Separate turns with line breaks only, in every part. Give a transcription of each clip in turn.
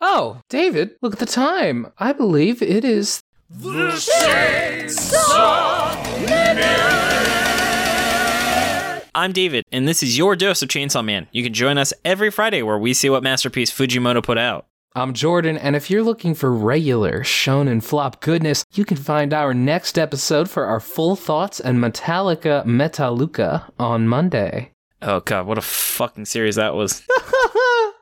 Oh, David, look at the time. I believe it is.
The Chainsaw
I'm David, and this is your dose of Chainsaw Man. You can join us every Friday where we see what masterpiece Fujimoto put out.
I'm Jordan, and if you're looking for regular shonen flop goodness, you can find our next episode for our full thoughts and Metallica Metalluca on Monday.
Oh god, what a fucking series that was.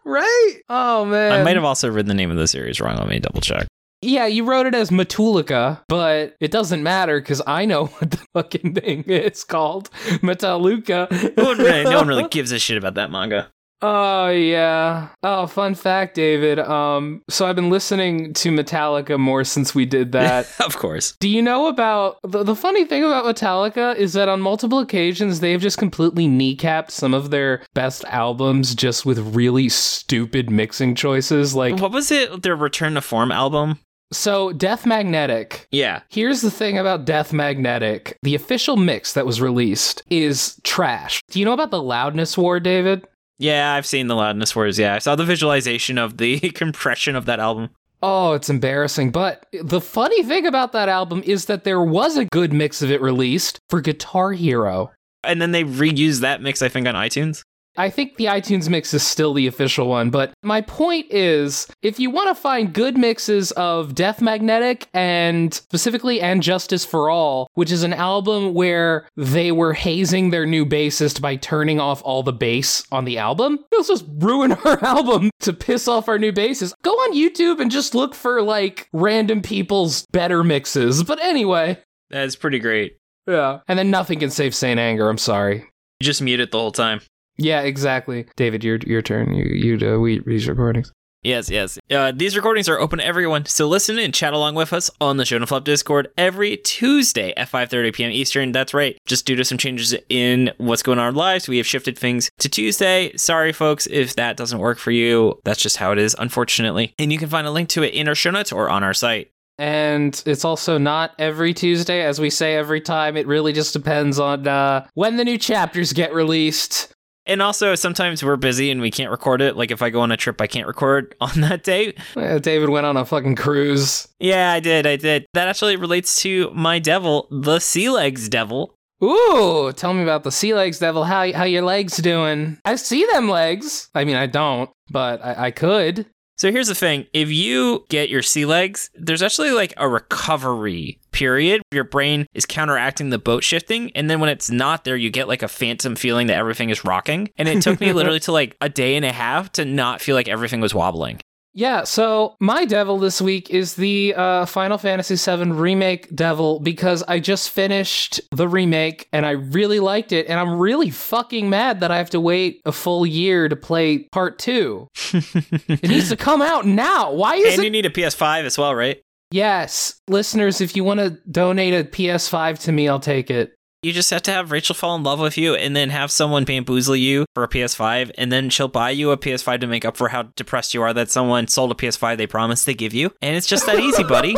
right? Oh man.
I might have also read the name of the series wrong. Let me double check.
Yeah, you wrote it as Metallica, but it doesn't matter because I know what the fucking thing is called. Metalluca.
no, really, no one really gives a shit about that manga.
Oh yeah. Oh, fun fact, David. Um, so I've been listening to Metallica more since we did that.
of course.
Do you know about the, the funny thing about Metallica is that on multiple occasions they have just completely kneecapped some of their best albums just with really stupid mixing choices. Like
what was it? Their Return to Form album.
So, Death Magnetic.
Yeah.
Here's the thing about Death Magnetic. The official mix that was released is trash. Do you know about the loudness war, David?
Yeah, I've seen the loudness wars. Yeah, I saw the visualization of the compression of that album.
Oh, it's embarrassing. But the funny thing about that album is that there was a good mix of it released for Guitar Hero.
And then they reused that mix, I think, on iTunes.
I think the iTunes mix is still the official one, but my point is if you want to find good mixes of Death Magnetic and specifically And Justice for All, which is an album where they were hazing their new bassist by turning off all the bass on the album, they'll just ruin our album to piss off our new bassist. Go on YouTube and just look for like random people's better mixes. But anyway.
That's pretty great.
Yeah. And then nothing can save Saint Anger, I'm sorry.
You just mute it the whole time.
Yeah, exactly. David, your your turn. You you do we these recordings.
Yes, yes. Uh, these recordings are open to everyone, so listen and chat along with us on the Shonen Flop Discord every Tuesday at 5.30 p.m. Eastern. That's right. Just due to some changes in what's going on in our lives, we have shifted things to Tuesday. Sorry, folks, if that doesn't work for you. That's just how it is, unfortunately. And you can find a link to it in our show notes or on our site.
And it's also not every Tuesday, as we say every time. It really just depends on uh, when the new chapters get released.
And also, sometimes we're busy and we can't record it. Like, if I go on a trip, I can't record on that day.
Uh, David went on a fucking cruise.
Yeah, I did. I did. That actually relates to my devil, the sea legs devil.
Ooh, tell me about the sea legs devil. How how your legs doing? I see them legs. I mean, I don't, but I, I could.
So here's the thing if you get your sea legs, there's actually like a recovery period. Your brain is counteracting the boat shifting. And then when it's not there, you get like a phantom feeling that everything is rocking. And it took me literally to like a day and a half to not feel like everything was wobbling.
Yeah, so my devil this week is the uh, Final Fantasy VII Remake devil because I just finished the remake and I really liked it, and I'm really fucking mad that I have to wait a full year to play part two. it needs to come out now. Why is
And
it?
you need a PS5 as well, right?
yes, listeners, if you want to donate a PS5 to me, I'll take it.
You just have to have Rachel fall in love with you and then have someone bamboozle you for a PS5 and then she'll buy you a PS5 to make up for how depressed you are that someone sold a PS5 they promised to give you. And it's just that easy, buddy.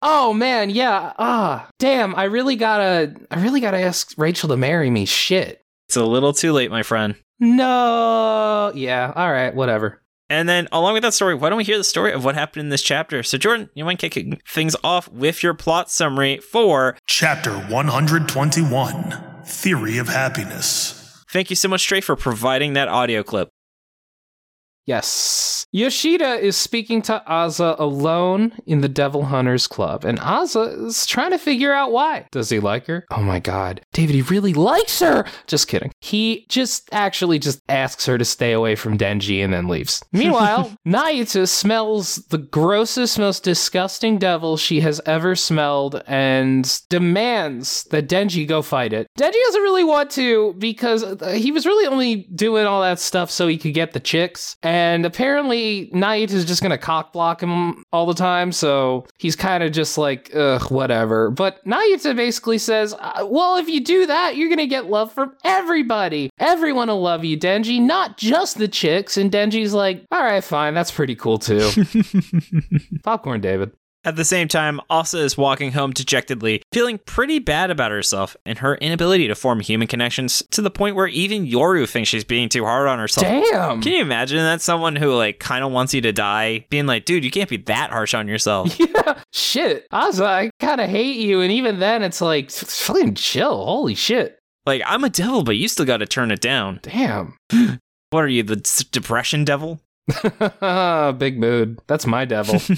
Oh man, yeah. Ah, damn. I really gotta. I really gotta ask Rachel to marry me. Shit.
It's a little too late, my friend.
No. Yeah. All right. Whatever.
And then, along with that story, why don't we hear the story of what happened in this chapter? So, Jordan, you mind kicking things off with your plot summary for
Chapter 121 Theory of Happiness.
Thank you so much, Trey, for providing that audio clip.
Yes. Yoshida is speaking to Aza alone in the Devil Hunters Club, and Aza is trying to figure out why. Does he like her? Oh my god. David, he really likes her! Just kidding. He just actually just asks her to stay away from Denji and then leaves. Meanwhile, Nayuta smells the grossest, most disgusting devil she has ever smelled and demands that Denji go fight it. Denji doesn't really want to because uh, he was really only doing all that stuff so he could get the chicks. And apparently, Knight is just gonna cock block him all the time, so he's kind of just like, ugh, whatever. But Nayuta basically says, uh, well, if you do that, you're gonna get love from everybody. Everyone will love you, Denji, not just the chicks. And Denji's like, all right, fine, that's pretty cool too. Popcorn, David.
At the same time, Asa is walking home dejectedly, feeling pretty bad about herself and her inability to form human connections to the point where even Yoru thinks she's being too hard on herself.
Damn.
Can you imagine that's someone who like kind of wants you to die, being like, dude, you can't be that harsh on yourself.
Yeah, shit. Aza, I kind of hate you. And even then, it's like, fucking chill. Holy shit.
like, I'm a devil, but you still got to turn it down.
Damn.
What are you, the s- depression devil?
Big mood. That's my devil.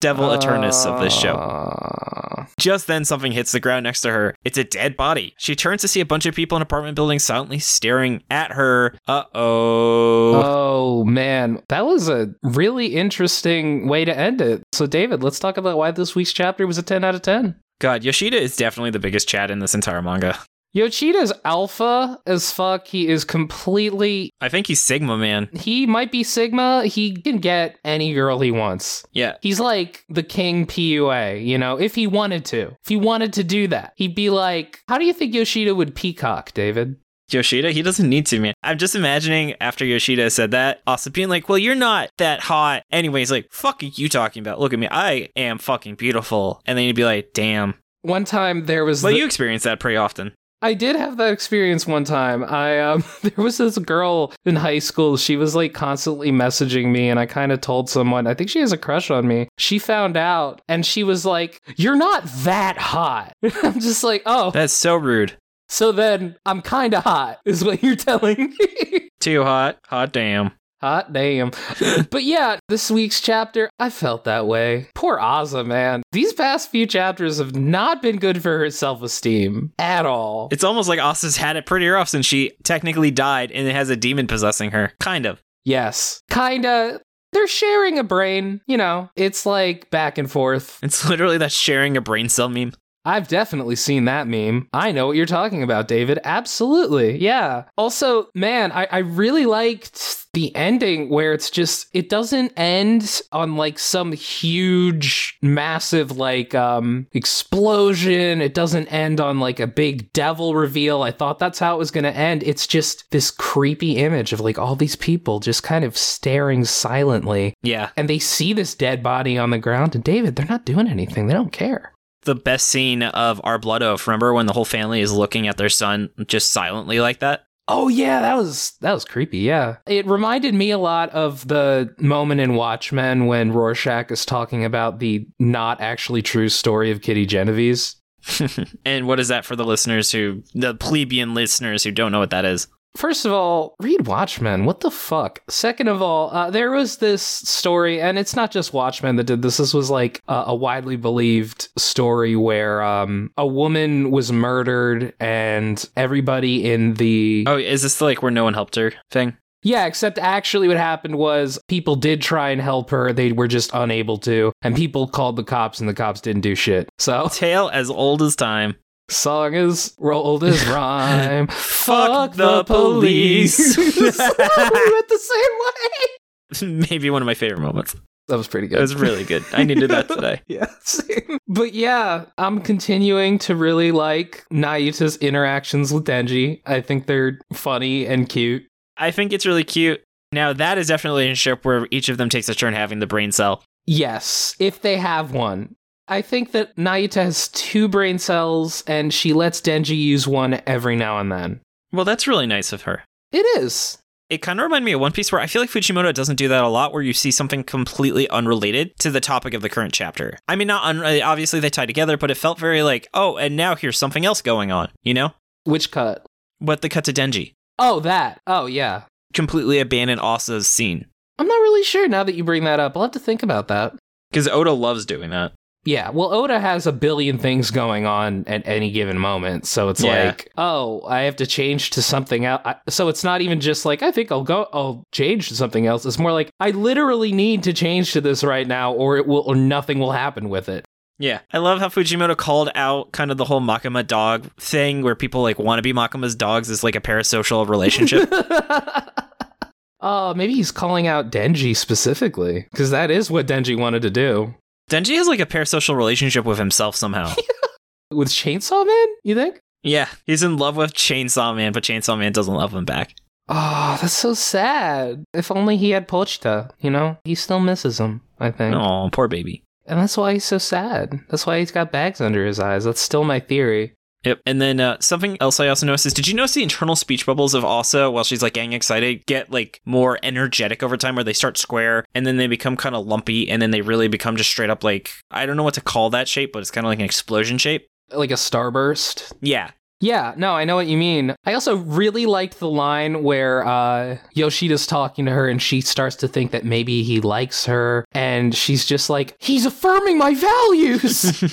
Devil Eternus of this
Ah.
show.
Uh,
Just then, something hits the ground next to her. It's a dead body. She turns to see a bunch of people in apartment buildings silently staring at her. Uh oh.
Oh, man. That was a really interesting way to end it. So, David, let's talk about why this week's chapter was a 10 out of 10.
God, Yoshida is definitely the biggest chat in this entire manga.
Yochida's alpha as fuck. He is completely.
I think he's Sigma Man.
He might be Sigma. He can get any girl he wants.
Yeah.
He's like the king PUA, you know, if he wanted to. If he wanted to do that, he'd be like, How do you think Yoshida would peacock, David?
Yoshida, he doesn't need to, man. I'm just imagining after Yoshida said that, also being like, well, you're not that hot. Anyways, like, fuck are you talking about? Look at me. I am fucking beautiful. And then you'd be like, damn.
One time there was.
Well,
the-
you experience that pretty often.
I did have that experience one time. I um, there was this girl in high school. She was like constantly messaging me, and I kind of told someone. I think she has a crush on me. She found out, and she was like, "You're not that hot." I'm just like, "Oh,
That's so rude.
so then I'm kind of hot," is what you're telling me.
Too hot. Hot damn.
Hot damn. but yeah, this week's chapter, I felt that way. Poor Azza, man. These past few chapters have not been good for her self esteem at all.
It's almost like Asa's had it pretty rough since she technically died and it has a demon possessing her. Kind of.
yes. Kinda. They're sharing a brain, you know, it's like back and forth.
It's literally that sharing a brain cell meme.
I've definitely seen that meme. I know what you're talking about, David. Absolutely. Yeah. Also, man, I, I really liked the ending where it's just it doesn't end on like some huge massive like um explosion. It doesn't end on like a big devil reveal. I thought that's how it was going to end. It's just this creepy image of like all these people just kind of staring silently
Yeah.
and they see this dead body on the ground and David, they're not doing anything. They don't care.
The best scene of Our Blood Oath. Remember when the whole family is looking at their son just silently like that?
Oh yeah, that was that was creepy. Yeah, it reminded me a lot of the moment in Watchmen when Rorschach is talking about the not actually true story of Kitty Genovese.
and what is that for the listeners who, the plebeian listeners who don't know what that is?
First of all, read Watchmen. What the fuck? Second of all, uh, there was this story, and it's not just Watchmen that did this. This was like uh, a widely believed story where um, a woman was murdered, and everybody in the
Oh, is this like where no one helped her thing?
Yeah, except actually what happened was people did try and help her. They were just unable to. And people called the cops and the cops didn't do shit. So,
Tale as old as time.
song is rolled as rhyme.
Fuck the police.
we went the same way.
Maybe one of my favorite moments.
That was pretty good.
It was really good. I needed that today.
Yeah, same. But yeah, I'm continuing to really like Naita's interactions with Denji. I think they're funny and cute.
I think it's really cute. Now that is definitely a relationship where each of them takes a turn having the brain cell.
Yes, if they have one. I think that Naita has two brain cells and she lets Denji use one every now and then.
Well, that's really nice of her.
It is.
It kind of reminded me of One Piece, where I feel like Fujimoto doesn't do that a lot, where you see something completely unrelated to the topic of the current chapter. I mean, not un- uh, obviously they tie together, but it felt very like, oh, and now here's something else going on, you know?
Which cut?
But the cut to Denji
Oh, that. Oh, yeah.
completely abandoned Asa's scene.
I'm not really sure now that you bring that up. I'll have to think about that.
Because Oda loves doing that.
Yeah, well, Oda has a billion things going on at any given moment. So it's
Yeah.
like, oh, I have to change to something else. I- So it's not even just like, I think I'll go, I'll change to something else. It's more like, I literally need to change to this right now or it will, or nothing will happen with it.
Yeah. I love how Fujimoto called out kind of the whole Makima dog thing where people like want to be Makima's dogs is like a parasocial relationship.
Oh, maybe he's calling out Denji specifically because that is what Denji wanted to do
Denji has like a parasocial relationship with himself somehow.
with Chainsaw Man. You think?
yeah, he's in love with Chainsaw Man, but Chainsaw Man doesn't love him back.
Oh, that's so sad. If only he had Pochita, you know? He still misses him, I think.
Oh, poor baby.
And that's why he's so sad. That's why he's got bags under his eyes. That's still my theory.
Yep. And then uh, something else I also noticed is did you notice the internal speech bubbles of Asa while she's like getting excited get like more energetic over time where they start square and then they become kind of lumpy and then they really become just straight up like I don't know what to call that shape, but it's kind of like an explosion shape.
Like a starburst.
Yeah.
Yeah, no, I know what you mean. I also really liked the line where uh, Yoshida's talking to her and she starts to think that maybe he likes her. And she's just like, he's affirming my values.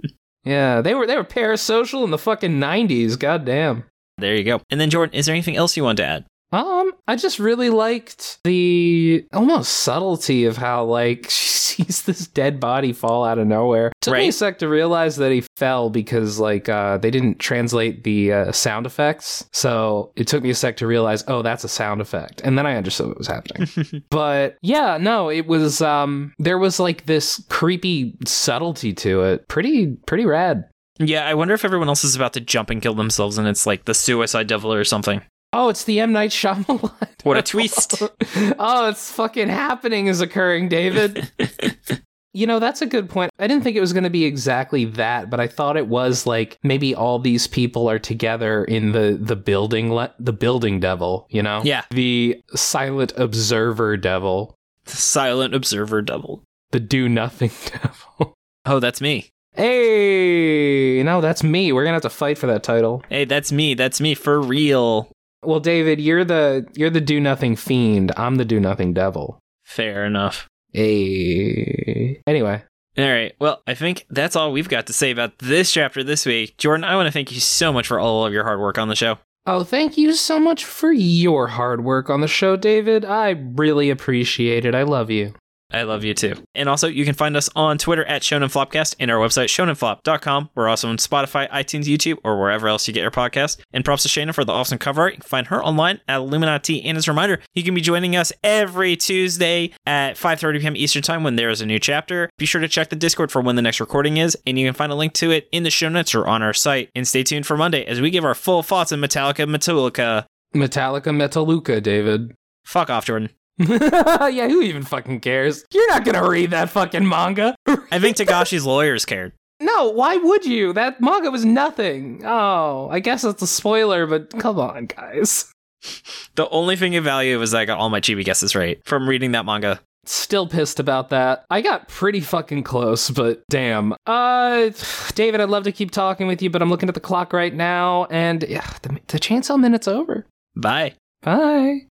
yeah, they were they were parasocial in the fucking 90s. Goddamn.
there you go. And then Jordan, is there anything else you want to add?
Um, I just really liked the almost subtlety of how like she sees this dead body fall out of nowhere. Took me a
Right.
sec to realize that he fell because like uh, they didn't translate the uh, sound effects, so it took me a sec to realize oh that's a sound effect, and then I understood what was happening. but yeah, no, it was um there was like this creepy subtlety to it. Pretty pretty rad.
Yeah, I wonder if everyone else is about to jump and kill themselves and it's like the suicide devil or something.
Oh, it's the M Night Shyamalan.
What a twist.
oh, it's fucking happening is occurring, David. You know, that's a good point. I didn't think it was going to be exactly that, but I thought it was like maybe all these people are together in the the building le- the building devil, you know?
Yeah.
The silent observer devil,
Silent observer devil.
the do nothing devil.
Oh, that's me.
hey, no, that's me. We're going to have to fight for that title.
Hey, that's me. That's me for real.
Well, David, you're the you're the do nothing fiend. I'm the do nothing devil.
Fair enough.
Hey. Anyway,
All right. Well, I think that's all we've got to say about this chapter this week. Jordan, I want to thank you so much for all of your hard work on the show.
Oh, thank you so much for your hard work on the show, David. I really appreciate it. I love you.
I love you too. And also, you can find us on Twitter at ShonenFlopcast and our website, shonenflop.com. We're also on Spotify, iTunes, YouTube, or wherever else you get your podcast. And props to Shana for the awesome cover art. You can find her online at Illuminati. And as a reminder, you can be joining us every Tuesday at 5.30 p.m. Eastern Time when there is a new chapter. Be sure to check the Discord for when the next recording is, and you can find a link to it in the show notes or on our site. And stay tuned for Monday as we give our full thoughts on Metallica Metallica.
Metallica Metalluca, David.
Fuck off, Jordan.
yeah, who even fucking cares? You're not gonna read that fucking manga.
I think Tagashi's lawyers cared.
no, why would you? That manga was nothing. Oh, I guess that's a spoiler, but come on, guys.
The only thing of value was that I got all my chibi guesses right from reading that manga.
Still pissed about that. I got pretty fucking close, but damn. Uh, David, I'd love to keep talking with you, but I'm looking at the clock right now, and yeah, the, the chainsaw minute's over.
Bye.
Bye.